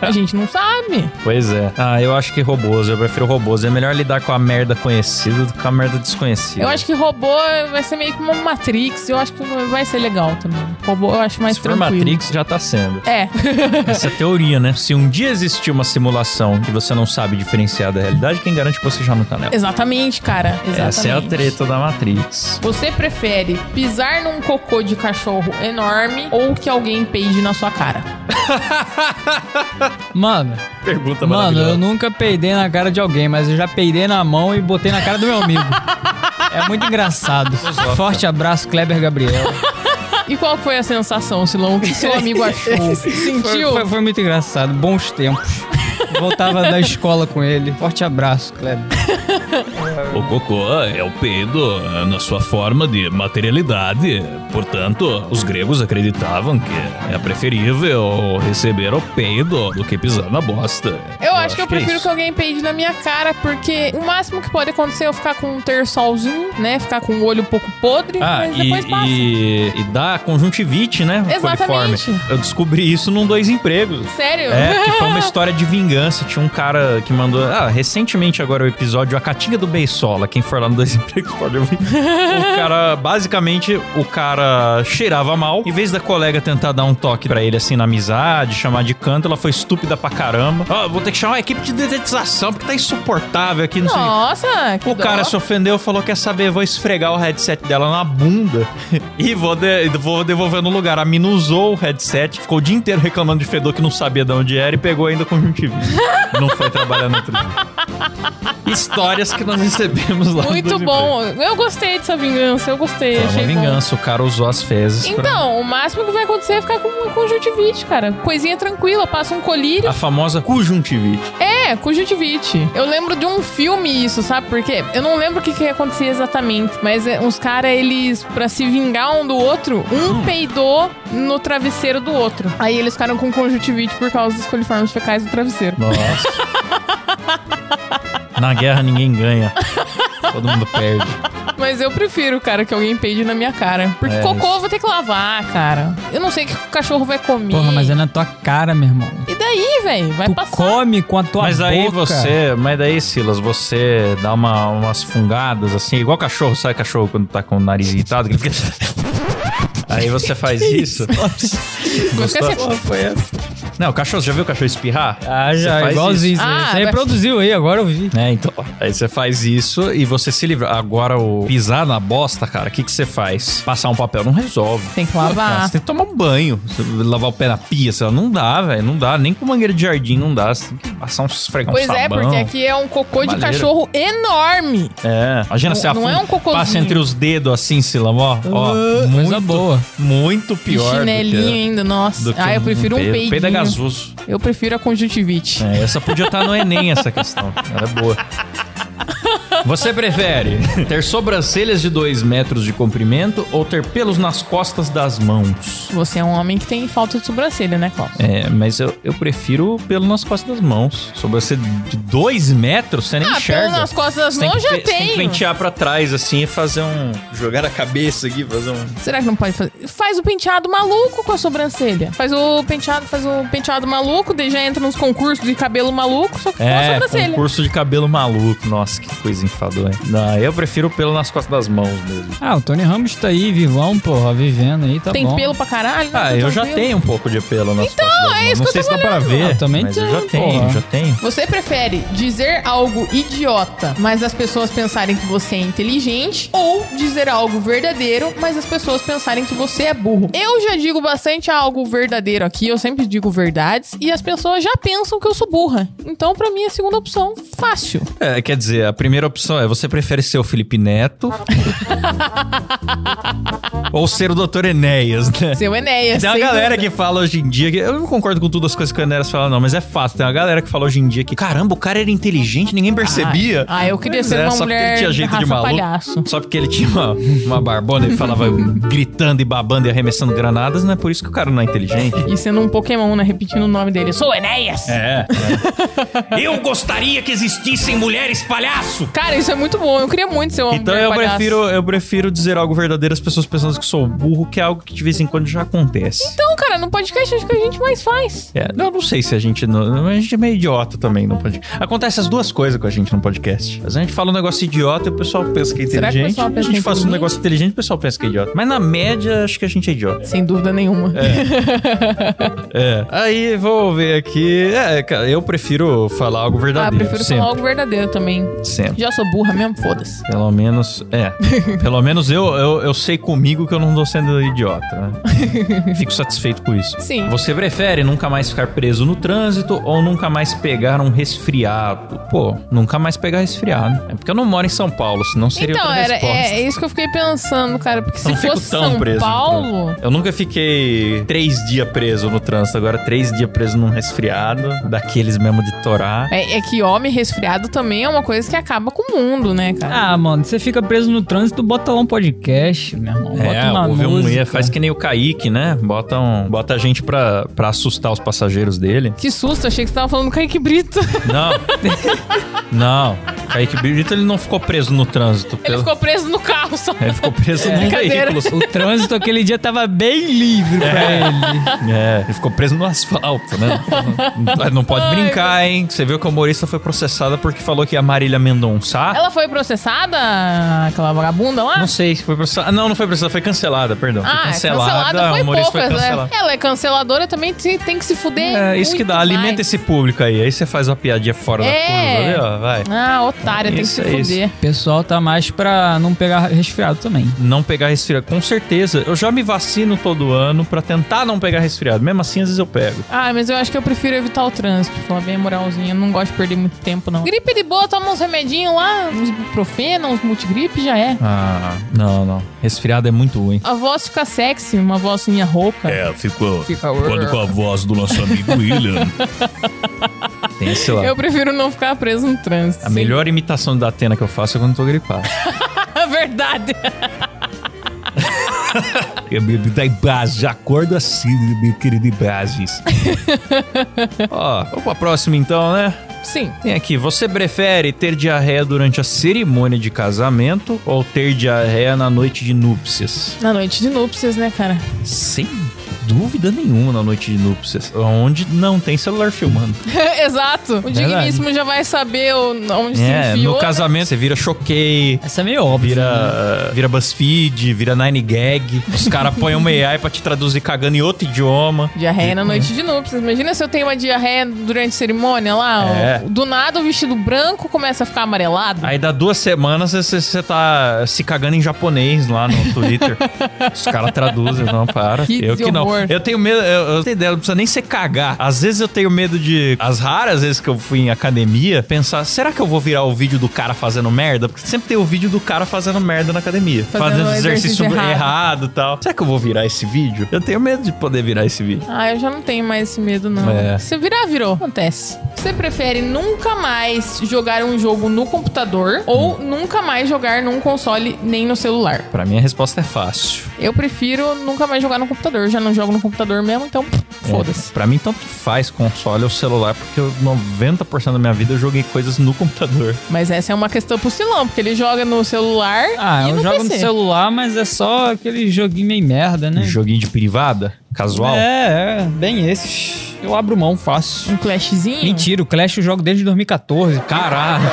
a gente não sabe.
Pois é. Ah, eu acho que robôs, eu prefiro robôs. É melhor lidar com a merda conhecida do que com a merda desconhecida.
Eu acho que robô vai ser meio que uma Matrix. Eu acho que vai ser legal também. Robô eu acho é mais
Se for
tranquilo.
Matrix, já tá sendo.
É.
Essa é a teoria, né? Se um dia existir uma simulação que você não sabe diferenciar da realidade, quem garante que você já não tá nela?
Exatamente, cara. Exatamente.
Essa é a treta da Matrix.
Você prefere pisar num cocô de cachorro enorme ou que alguém peide na sua cara? [laughs]
Mano,
Pergunta
mano,
maravilhosa.
eu nunca peidei na cara de alguém, mas eu já peidei na mão e botei na cara do meu amigo. É muito engraçado. Forte abraço, Kleber Gabriel.
E qual foi a sensação, Silão? O que
[laughs]
seu amigo achou? Sentiu?
Foi, foi- foi muito engraçado. Bons tempos. Voltava da escola com ele. Forte abraço, Kleber.
O cocô é o peido na sua forma de materialidade. Portanto, os gregos acreditavam que é preferível receber o peido do que pisar na bosta.
Eu acho que eu prefiro que
é isso.
alguém peide na minha cara, porque o máximo que pode acontecer é eu ficar com um terçolzinho, né? Ficar com o olho um pouco podre,
Ah,
mas
e,
depois passa.
e, e dá conjuntivite, né?
Exatamente.
Coliforme. Eu descobri isso num dois empregos.
Sério?
É, que foi uma história de vingança. Tinha um cara que mandou. Ah, recentemente agora o episódio A Catinga do Beisola. Quem for lá no Dois Empregos pode ouvir. O cara, basicamente, o cara cheirava mal. Em vez da colega tentar dar um toque pra ele, assim, na amizade, chamar de canto, ela foi estúpida pra caramba. Ó, vou ter que chamar uma equipe de detetização, porque tá insuportável aqui, não sei o quê.
Nossa, que
O
dó.
cara se ofendeu, falou: Quer saber? Vou esfregar o headset dela na bunda [laughs] e vou, de- vou devolver no lugar. A mina usou o headset, ficou o dia inteiro reclamando de fedor que não sabia de onde era e pegou ainda conjuntivite. não foi trabalhar no outro dia. Histórias que nós recebemos lá. no
Muito
Dois
bom. Eu gostei dessa vingança, eu gostei.
Empregos. Foi
achei
uma
bom.
vingança, o cara usou as fezes pra.
Então, o máximo que vai acontecer é ficar com um conjuntivite, cara. Coisinha tranquila, passa um colírio.
A famosa conjuntivite.
É, conjuntivite. Eu lembro de um filme isso, sabe? Porque eu não lembro o que, que acontecia exatamente, mas é, uns caras, eles, pra se vingar um do outro,
Hum.
um peidou no travesseiro do outro. Aí eles ficaram com conjuntivite por causa dos coliformes fecais do travesseiro. [laughs]
Nossa. Na guerra ninguém ganha. Todo mundo perde.
Mas eu prefiro, cara, que alguém peide na minha cara. Porque
É,
cocô
isso.
eu vou ter que lavar, cara. Eu não sei o que o cachorro vai comer.
Porra, mas é na tua cara, meu irmão.
E daí, velho? Vai
tu
passar.
come com a tua
Mas
boca.
aí você, mas daí Silas, você dá uma, umas fungadas assim, igual cachorro, sabe cachorro quando tá com o nariz irritado? Que ele fica- [laughs] aí você faz isso.
Mas fica assim,
Não, o cachorro, já viu o cachorro espirrar?
Ah,
Você
já,
faz
igualzinho.
isso. Ah,
você
vai-
reproduziu aí, agora eu vi.
É, então. Aí você faz isso e você se livra. Agora, o pisar na bosta, cara, o que, que você faz? Passar um papel não resolve.
Tem que
Cara,
lavar.
Você tem que tomar um banho, você lavar o pé na pia, sei lá, não dá, velho, não dá. Nem com mangueira de jardim não dá. Você tem que passar uns fregão
Pois é,
sabão.
porque aqui é um cocô de
Baleira.
cachorro enorme.
É. Imagina,
Não-
você
não
afunda,
é um cocôzinho.
passa entre os dedos assim, Silão, ó. ó
Ah, coisa
muito,
boa.
Muito
E
pior. do que-
chinelinho ainda,
do
nossa.
que
Ah, eu prefiro um peidinho.
Peido é gasoso.
Eu prefiro a conjuntivite.
É, essa podia estar no Enem, essa questão. Era boa. Você prefere ter sobrancelhas de 2 metros de comprimento ou ter pelos nas costas das mãos?
Você é um homem que tem falta de sobrancelha, né, Klaus?
É, mas eu, eu prefiro pelo nas costas das mãos. Sobrancelha de 2 metros, você nem
Ah,
enxerga.
pelo nas costas das
Você tem
mãos
que
já
pe- você Tem que
tenho.
pentear pra trás, assim, e fazer um... Jogar a cabeça aqui, fazer um...
Será que não pode fazer? Faz o penteado maluco com a sobrancelha. Faz o penteado, faz o penteado maluco, daí já entra nos concursos de cabelo maluco, só que
É,
com a sobrancelha.
concurso de cabelo maluco. Nossa, que coisa enfadonha. Não, eu prefiro pelo nas costas das mãos mesmo.
Ah, o Tony Ramos tá aí, vivão, porra, vivendo aí, tá
tem
bom.
pelo pra caralho?
é Ah,
né?
eu já
Tranquilo.
tenho um pouco de pelo nas costas das mãos.
é isso
Não
que
sei
eu
se
tô
dá pra ver.
Eu também
mas eu
tenho,
já tenho,
porra.
já tenho.
Você prefere dizer algo idiota, mas as pessoas pensarem que você é inteligente, ou dizer algo verdadeiro, mas as pessoas pensarem que você é burro? Eu já digo bastante algo verdadeiro aqui, eu sempre digo verdades, e as pessoas já pensam que eu sou burra. Então, pra mim, é a segunda opção, fácil.
É, quer dizer, a primeira opção é: você prefere ser o Felipe [laughs] Neto ou ser o Dr. Enéas, né?
Seu Enéas.
Tem uma
É sem
galera que
dúvida.
fala hoje em dia que. Eu não concordo com todas as coisas que o Enéas fala, não, mas é fato. Tem uma galera que fala hoje em dia que, caramba, o cara era inteligente, ninguém percebia.
Ah, eu queria
Pois
ser
é,
uma
só porque
mulher
ele tinha jeito de
raça
maluco.
palhaço.
Só porque ele tinha uma, uma barbona e falava [laughs] gritando e babando e arremessando granadas, não é por isso que o cara não é inteligente.
E sendo um Pokémon, né? Repetindo o nome dele. Sou Enéas!
É. Eu gostaria que existissem mulheres palhaço!
Cara, isso é muito bom. Eu queria muito ser uma
Então
mulher
eu
palhaço.
prefiro, eu prefiro dizer algo verdadeiro às pessoas pensando que sou burro, que é algo que de vez em quando já acontece.
Então, cara, no podcast acho que a gente mais faz.
É, eu não sei se a gente. Não, a gente é meio idiota também no podcast. Acontece as duas coisas com a gente no podcast. Às vezes a gente fala um negócio idiota e o pessoal pensa que é
Será que o
inteligente.
pessoal pensa
a
que
gente
é
faz um
inteligente?
negócio inteligente e o pessoal pensa que é idiota. Mas na média, acho que a gente é idiota.
Sem dúvida nenhuma.
É. Aí, vou ver aqui. É, cara, eu prefiro falar algo
[laughs] ah,
verdadeiro.
prefiro
sempre,
falar algo verdadeiro também.
Sempre.
Já sou burra mesmo, foda-se.
Pelo menos,
[laughs]
é. Pelo menos eu, eu, eu sei comigo que eu não tô sendo idiota,
[laughs]
né? Fico satisfeito com isso.
Sim.
Você prefere nunca mais ficar preso no trânsito ou nunca mais pegar um resfriado? Pô, nunca mais pegar resfriado. É porque eu não moro em São Paulo, senão seria
então,
outra
era,
resposta.
é, é isso que eu fiquei pensando, cara. Porque
Eu
se
não fico
fosse
tão
São
preso. né? no
Paulo.
trânsito. Eu nunca fiquei três dias preso no trânsito. Agora, três dias preso num resfriado, daqueles mesmo de torar.
É, é que homem resfriado também é uma coisa que acaba com o mundo, né, cara?
Ah, mano, você fica preso no trânsito, bota lá um podcast, meu irmão. Bota
É,
uma
ouve um
música.
E, faz que nem o Kaique, né? Bota, um, bota a gente pra, pra assustar os passageiros dele.
Que susto, achei que você tava falando do Kaique Brito. [laughs]
Não. não. Kaique Brito, ele não ficou preso no trânsito.
Ele ficou preso no carro só.
ele ficou preso num
Brincadeira.
veículo.
O trânsito aquele dia tava bem livre pra
[laughs]
ele.
É, ele ficou preso no asfalto, né? Não- Não pode brincar, hein? Você viu que a humorista foi processada porque falou que a Marília Mendonça...
Ela foi processada, aquela vagabunda lá?
Não sei se foi processada. Não, não foi processada, foi cancelada, perdão.
Ah,
foi cancelada,
foi
a humorista foi
poucas, né?
cancelada.
Ela é canceladora também, te- tem que se fuder.
É, isso que
muito
dá, alimenta
mais.
esse público aí. Aí você faz uma piadinha fora
É.
da curva ali, ó, vai.
Ah, otária, tem que
Isso
se
é isso.
fuder.
O pessoal tá mais pra não pegar resfriado também.
Não pegar resfriado, com certeza. Eu já me vacino todo ano pra tentar não pegar resfriado. Mesmo assim, às vezes eu pego.
Ah, mas eu acho que eu prefiro evitar o trânsito, pra falar bem a moralzinha. Eu não gosto de perder muito tempo, não. Gripe de boa, toma uns remedinhos lá, uns profena, uns multigripe, já é.
Ah, não, não. Resfriado é muito ruim.
A voz fica sexy, uma vozinha rouca.
É, ficou.
Fica-
Quando com a voz do nosso amigo William.
Tem esse lado.
Eu prefiro não ficar preso no trânsito.
A melhor imitação da Atena que eu faço é quando eu tô
[laughs]
gripado.
É verdade.
Eu me dá em base, acordo assim, meu querido em
[laughs]
bases.
Ó, vamos pra próxima então, né?
Sim.
Tem aqui, você prefere ter diarreia durante a cerimônia de casamento ou ter diarreia na noite de núpcias?
Na noite de núpcias, né, cara? [laughs]
Sem dúvida nenhuma na noite de núpcias. Onde não tem celular filmando.
Exato. O digníssimo já vai saber o- onde se
É, no
enfiou. né?
casamento você vira choquei,
Essa é meio óbvia.
vira, eh, vira BuzzFeed, vira Nine Gag. Os caras põem uma AI pra te traduzir cagando em outro idioma.
Diarreia na noite de núpcias. Imagina se eu tenho uma diarreia durante a cerimônia lá. ó.
É.
Do nada o vestido branco começa a ficar amarelado.
Aí dá duas semanas você- você tá se cagando em japonês lá no Twitter. Os caras traduzem, não, para.
Que
eu que não.
horror.
Eu tenho medo, eu, eu tenho ideia, não precisa nem ser cagar. Às vezes eu tenho medo de. As raras vezes que eu fui em academia, pensar, será que eu vou virar o vídeo do cara fazendo merda? Porque sempre tem o vídeo do cara fazendo merda na academia.
Fazendo
Fazendo, exercício,
exercício errado.
errado e tal. Será que eu vou virar esse vídeo? Eu tenho medo de poder virar esse vídeo.
Ah, eu já não tenho mais esse medo, não.
É.
Se virar, virou. Acontece. Você prefere nunca mais jogar um jogo no computador
Hum.
ou nunca mais jogar num console nem no celular?
Pra mim a resposta é fácil.
Eu prefiro nunca mais jogar no computador. Eu já não jogo no computador mesmo, então foda-se.
É, pra mim, tanto faz console ou celular, porque eu, 90% da minha vida eu joguei coisas no computador.
Mas essa é uma questão pro Silão, porque ele joga no celular
Ah,
e
eu
no
jogo
PC.
no celular, mas é só aquele joguinho meio merda, [laughs] né?
Joguinho de privada, casual.
É, é, bem esse. Eu abro mão fácil.
Um clashzinho?
Mentira, o Clash eu jogo desde 2014.
Caralho.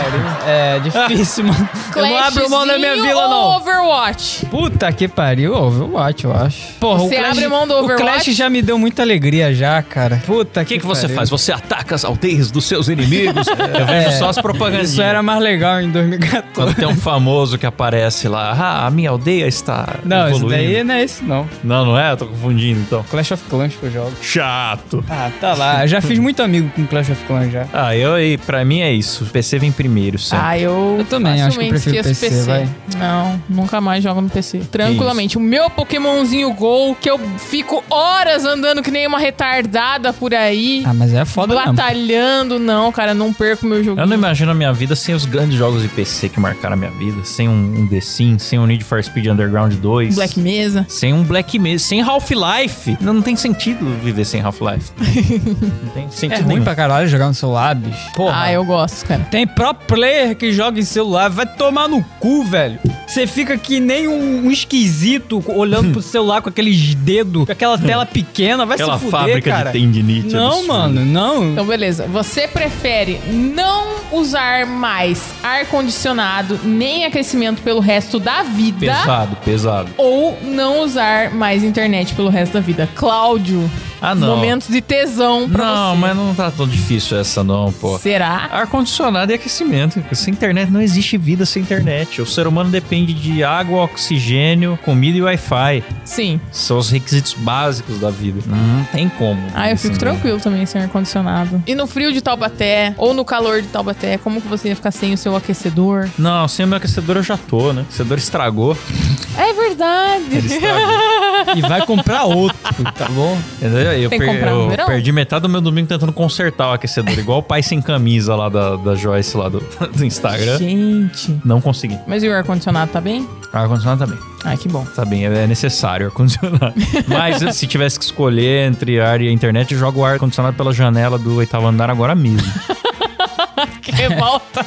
É, difícil, mano. Eu não abro mão da minha
Clashzinho
vila,
ou
não.
Overwatch.
Puta que pariu, Overwatch, eu acho. Porra,
Você
o Clash,
abre mão do
O
Overwatch?
Clash já me deu muita alegria já, cara. Puta
O que, que você
pariu.
faz? Você ataca as aldeias dos seus [laughs] inimigos? Eu vejo só as propagandas.
Isso era mais legal em 2014.
Quando tem um famoso que aparece lá, ah, a minha aldeia está
Tá
Não, isso
evoluindo.
daí não é isso, não.
Não, não é? Eu tô confundindo, então.
Clash of Clans que eu jogo.
Chato.
Ah, Tá lá, já fiz muito amigo com Clash of Clans já.
Ah, eu e pra mim é isso. O PC vem primeiro, sempre.
Ah, eu.
Eu também, acho que eu
facilmente
prefiro
esqueço
PC, vai.
Não, nunca mais jogo no PC. Tranquilamente. O meu Pokémonzinho Go, que eu fico horas andando que nem uma retardada por aí.
Ah, mas é foda mesmo.
batalhando, não, cara, não perco meu jogo.
Eu não imagino a minha vida sem os grandes jogos de PC que marcaram a minha vida. Sem um, um The Sims, sem um Need for Speed Underground 2.
Black Mesa.
Sem um Black Mesa, sem Half-Life. Não, não tem sentido viver sem
[laughs]
Half-Life. não tem
É
sentido
ruim
nenhum.
pra caralho jogar no celular, bicho. Porra.
Ah, eu gosto, cara.
Tem pro player que joga em celular, vai tomar no cu, velho. Você fica que nem um, um esquisito olhando pro celular com aqueles dedos, com aquela tela pequena, vai
Aquela
se fuder,
fábrica
cara.
de tendinite.
Não,
absurda.
mano, não.
Então, beleza. Você prefere não usar mais ar-condicionado nem aquecimento pelo resto da vida
Pesado, pesado.
ou não usar mais internet pelo resto da vida? Cláudio,
Ah, não.
momentos de tesão pra
Não, mas não tá tão difícil essa não, pô.
você. Será?
Ar-condicionado e aquecimento. Sem internet não existe vida sem internet. O ser humano depende de água, oxigênio, comida e Wi-Fi.
Sim.
São os requisitos básicos da vida. Não tem como.
Ah, eu
Assim,
fico
né?
tranquilo também sem ar-condicionado. E no frio de Taubaté ou no calor de Taubaté, como que você ia ficar sem o seu aquecedor?
Não, sem o meu aquecedor eu já tô, né? O aquecedor estragou.
É verdade.
Ele estragou.
E vai comprar outro, tá bom?
Entendeu? Eu,
Tem que
per-
comprar no
eu
verão?
perdi metade do meu domingo tentando consertar o aquecedor. Igual o pai sem camisa lá da, da Joyce lá do, [laughs] do Instagram.
Gente.
Não consegui.
Mas e o ar-condicionado tá bem?
Ar-condicionado também.
Ah,
[laughs]
que bom.
Tá bem, é necessário
[laughs]
ar-condicionado. Mas se tivesse que escolher entre ar e a internet, eu jogo o ar-condicionado pela janela do oitavo andar agora mesmo.
Que revolta.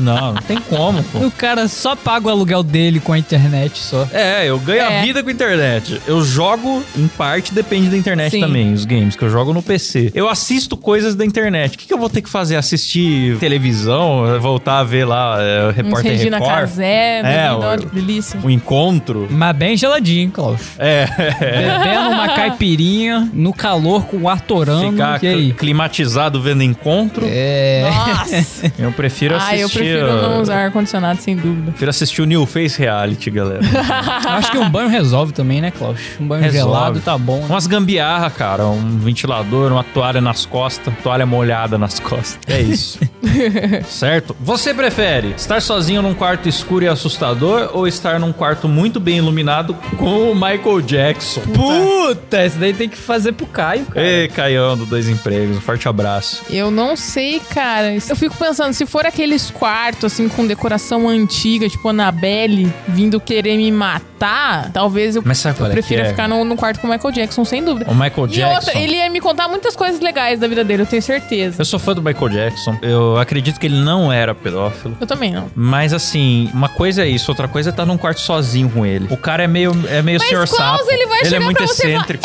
Não, não tem como, pô.
O cara só paga o aluguel dele com a internet só.
É, eu ganho
É.
a vida com a internet. Eu jogo, em parte, depende da internet
Sim.
também, os games que eu jogo no PC. Eu assisto coisas da internet. O que, que eu vou ter que fazer? Assistir televisão? Voltar a ver lá é, o
Uns
Repórter
Regina
Record?
Casé,
É,
menino,
o-
olha que delícia.
O encontro?
Mas bem geladinho, Klaus.
É,
[laughs]
Bebendo uma caipirinha no calor com o ar torando.
ficar
e aí?
cl- climatizado vendo encontro.
É.
[laughs]
Nossa.
Eu prefiro
ah,
assistir...
eu prefiro
uh,
não usar ar-condicionado, sem dúvida.
Prefiro assistir o New Face Reality, galera.
[laughs]
[laughs]
Acho que um banho resolve também, né, Klaus? Um banho
Resolve.
gelado tá bom. né?
Umas gambiarra, cara. Um ventilador, uma toalha nas costas, toalha molhada nas costas. É isso. [laughs] certo? Você prefere estar sozinho num quarto escuro e assustador ou estar num quarto muito bem iluminado com o Michael Jackson?
Puta, esse daí tem que fazer pro Caio, cara.
Ei, Caião do Dois Empregos, um forte abraço.
Eu não sei, cara. Eu fico pensando, se for aqueles quartos, assim, com decoração antiga, tipo Annabelle, vindo querer me matar, talvez eu,
Mas sabe qual é
eu prefira
que é?
ficar no, no quarto com o Michael Jackson, sem dúvida.
O Michael
E
Jackson.
outra, ele ia me contar muitas coisas legais da vida dele, eu tenho certeza.
Eu sou fã do Michael Jackson. Eu acredito que ele não era pedófilo.
Eu também
[laughs]
não.
Mas assim, uma coisa é isso, outra coisa é estar num quarto sozinho com ele. O cara é meio, é meio
Mas
senhor
Klaus,
sapo.
ele vai
é
chegar
muito
pra você e falar,
excêntrico.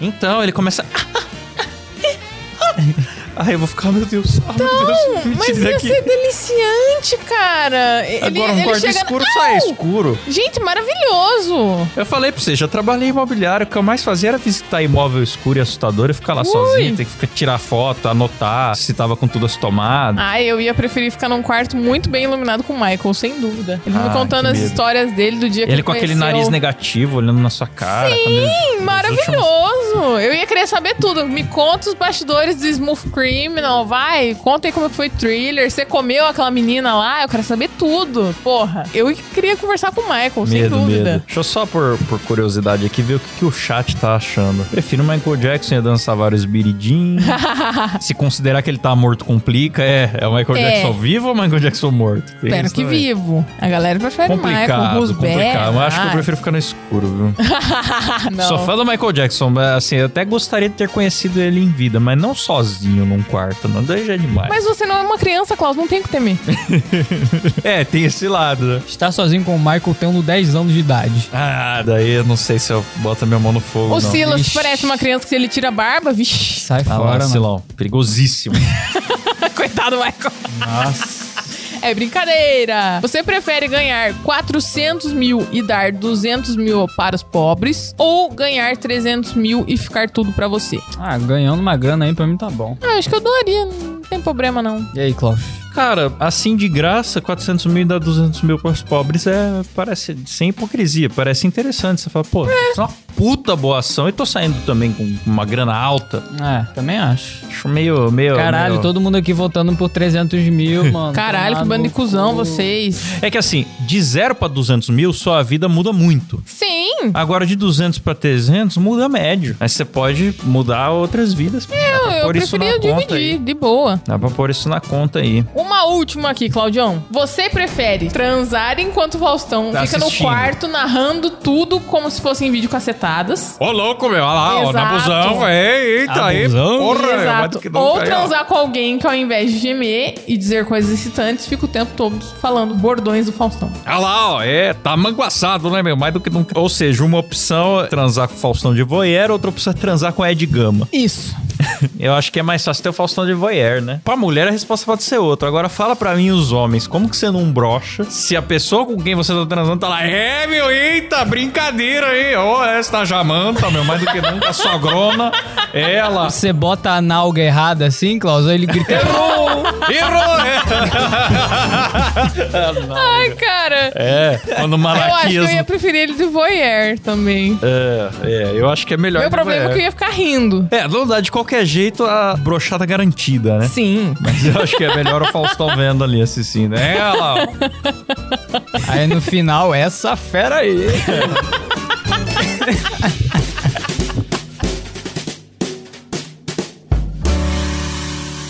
então, ele começa. [laughs] Ai, eu vou ficar, meu Deus. Então, meu Deus, me
Mas
tira
ia
daqui.
ser deliciante, cara. Ele,
Agora, um
ele
quarto
chega...
escuro só é
Au!
escuro.
Gente, maravilhoso.
Eu falei pra você, já trabalhei em imobiliário. O que eu mais fazia era visitar imóvel escuro e assustador e ficar lá
Ui.
sozinho. Tem que ficar, tirar foto, anotar se tava com tudo astomado.
Ah, eu ia preferir ficar num quarto muito bem iluminado com o Michael, sem dúvida. Ele me
Ah,
contando
que
as
medo.
histórias dele do dia que
ele com aquele
conheceu-
nariz negativo olhando na sua cara. Sim,
Maravilhoso! Eu ia querer saber tudo. Me conta os bastidores do Smooth Criminal, vai. Conta aí como foi o thriller. Você comeu aquela menina lá? Eu quero saber tudo. Porra, eu queria conversar com o Michael, sem
Medo,
dúvida.
medo. Deixa eu só por, por curiosidade aqui ver o que, que o chat tá achando. Prefiro o Michael Jackson ia dançar vários biridinhos.
[laughs]
Se considerar que ele tá morto complica, é. É o Michael
É.
Jackson vivo ou o Michael Jackson morto?
[laughs]
Tem
Espero
isso
que
também.
vivo. A galera prefere Michael,
Complicado,
Rusbeck.
complicado. Eu acho que eu prefiro ficar no escuro, viu?
[laughs] Não.
Sou fã do Michael Jackson, mas assim, eu até gostaria de ter conhecido ele em vida, mas não sozinho num quarto, não daí já é demais.
Mas você não é uma criança, Klaus, não tem o que temer.
[laughs] É, tem esse lado, né?
Estar sozinho com o Michael tendo 10 anos de idade.
Ah, daí eu não sei se eu boto a minha mão no fogo, não.
o Silas
Ixi.
parece uma criança que se ele tira a barba, vixi,
Sai
Ah
fora,
lá,
mano.
Silão, perigosíssimo.
[laughs] coitado do Michael. É brincadeira! Você prefere ganhar 400 mil e dar 200 mil para os pobres ou ganhar 300 mil e ficar tudo pra você?
Ah, ganhando uma grana aí pra mim tá bom.
Ah, acho que eu doaria, não tem problema não.
E aí, Klaus?
Cara, assim de graça, 400 mil e dá 200 mil para os pobres é. Parece. Sem hipocrisia, parece interessante. Você fala, pô, isso é uma puta boa ação e tô saindo também com uma grana alta.
É, também acho.
Acho meio. meio
Caralho,
meio-
todo mundo aqui votando por 300
[laughs]
mil, mano. Tá
Caralho, que
Tomar
bando de
no
cuzão
cu.
vocês.
É que assim, de 0 pra 200 mil, só a vida muda muito.
Sim,
Agora, de 200 pra 300, muda médio. Aí você pode mudar outras vidas. Dá pra
É, eu
pôr isso na
preferia
conta
dividir,
aí.
de boa.
Dá pra pôr isso na conta aí.
Uma última aqui, Claudião. Você prefere transar enquanto o Faustão
Tá
fica
assistindo.
no quarto narrando tudo como se fossem vídeo cacetadas?
Ô, louco, meu. Olha lá,
ó, na Exato. busão,
Eita, aí. Porra,
Um Exato. Ou transar com alguém que ao invés de gemer e dizer coisas excitantes, fica o tempo todo falando bordões do Faustão.
Olha lá, ó, é, tá manguaçado, né, meu? Mais do que nunca. Ou seja, uma opção é transar com o Faustão de Voyeur, outra opção é transar com o Ed Gama.
Isso.
Eu acho que é mais fácil ter o Faustão de Voyeur, né? Pra mulher a resposta pode ser outra. Agora fala pra mim, os homens, como que você não brocha se a pessoa com quem você tá transando tá lá, é, meu, eita, brincadeira aí, ó, essa tá jamanta, meu, mais do que nunca, a sogrona, ela.
Você bota a nalga errada assim, Klaus, aí ele grita. [laughs]
Errou! Errou! é.
Ai, cara.
É, quando o
Eu acho que eu
Malaquias.
ia preferir ele de voyeur também.
É, é, eu acho que é melhor.
Meu
que
problema é que eu
voyeur.
ia ficar rindo.
É, não dá de qualquer jeito a brochada garantida, né?
Sim.
Mas eu acho que é melhor o Faustão vendo ali assistindo. É, olha lá. [laughs] ó.
aí no final, essa fera
É.
aí.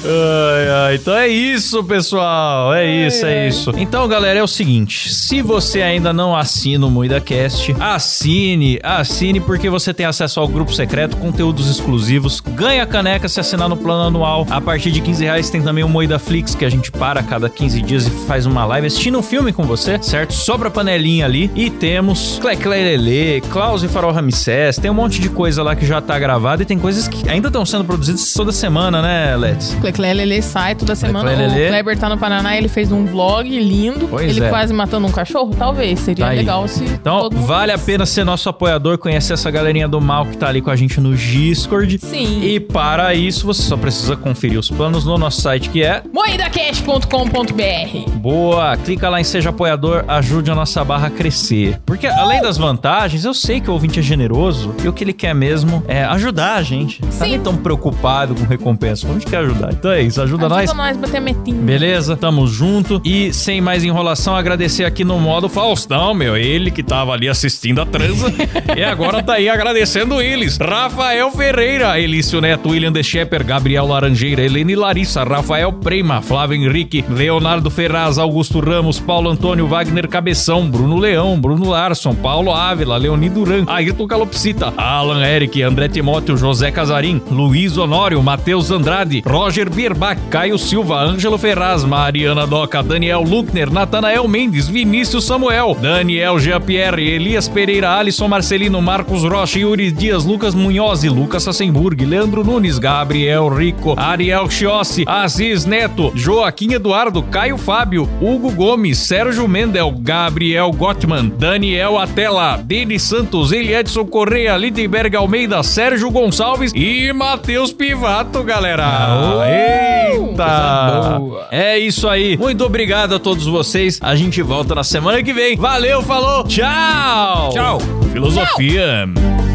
Ai, ai, então é isso, pessoal. É isso, é isso. Então, galera, é o seguinte: se você ainda não assina o MoidaCast, assine, assine, porque você tem acesso ao grupo secreto, conteúdos exclusivos, ganha caneca se assinar no plano anual. A partir de 15 reais tem também o Moida Flix, que a gente para a cada 15 dias e faz uma live assistindo um filme com você, certo? Sobra a panelinha ali. E temos Cleclelele, Klaus e Farol Ramsés, tem um monte de coisa lá que já tá gravada e tem coisas que ainda estão sendo produzidas toda semana, né, Let's?
Cleclelele sai toda semana. O
Cleclelele.
Kleber tá no Paraná, ele fez um vlog lindo.
Pois
ele
é.
quase matando um cachorro? Talvez. Seria
Tá aí.
legal se.
Então,
todo mundo
vale a pena ser nosso apoiador, conhecer essa galerinha do mal que tá ali com a gente no Discord.
Sim.
E para isso, você só precisa conferir os planos no nosso site, que é
moidacast.com.br.
boa. Clica lá em Seja Apoiador, ajude a nossa barra a crescer. Porque além das vantagens, eu sei que o ouvinte é generoso e o que ele quer mesmo é ajudar a gente. Tá
Sim.
nem tão preocupado com recompensa. Vamos quer ajudar. Então é isso, ajuda, nós.
Ajuda nós a bater a metinha.
Beleza? Tamo junto. E sem mais enrolação, agradecer aqui no modo Faustão, meu. Ele que tava ali assistindo a transa. e agora tá aí agradecendo eles. Rafael Ferreira, Elício Neto, William De Shepper, Gabriel Laranjeira, Helene Larissa, Rafael Prema, Flávio Henrique, Leonardo Ferraz, Augusto Ramos, Paulo Antônio, Wagner Cabeção, Bruno Leão, Bruno Larson, Paulo Ávila, Leoni Duran, Ayrton Calopsita, Alan Eric, André Timóteo, José Casarim, Luiz Honório, Matheus Andrade, Roger Bierbach, Caio Silva, Ângelo Ferraz, Mariana Doca, Daniel Luckner, Natanael Mendes, Vinícius Samuel, Daniel Jean-Pierre, Elias Pereira, Alisson Marcelino, Marcos Rocha, Yuri Dias, Lucas Munhoz e Lucas Sassenburg, Leandro Nunes, Gabriel Rico, Ariel Chiossi, Aziz Neto, Joaquim Eduardo, Caio Fábio, Hugo Gomes, Sérgio Mendel, Gabriel Gottman, Daniel Atela, Denis Santos, Eliedson Correia, Lindenberg Almeida, Sérgio Gonçalves e Matheus Pivato, galera.
Coisa
Eita!
boa.
É isso aí. Muito obrigado a todos vocês. A gente volta na semana que vem. Valeu, falou. Tchau.
Tchau.
Filosofia.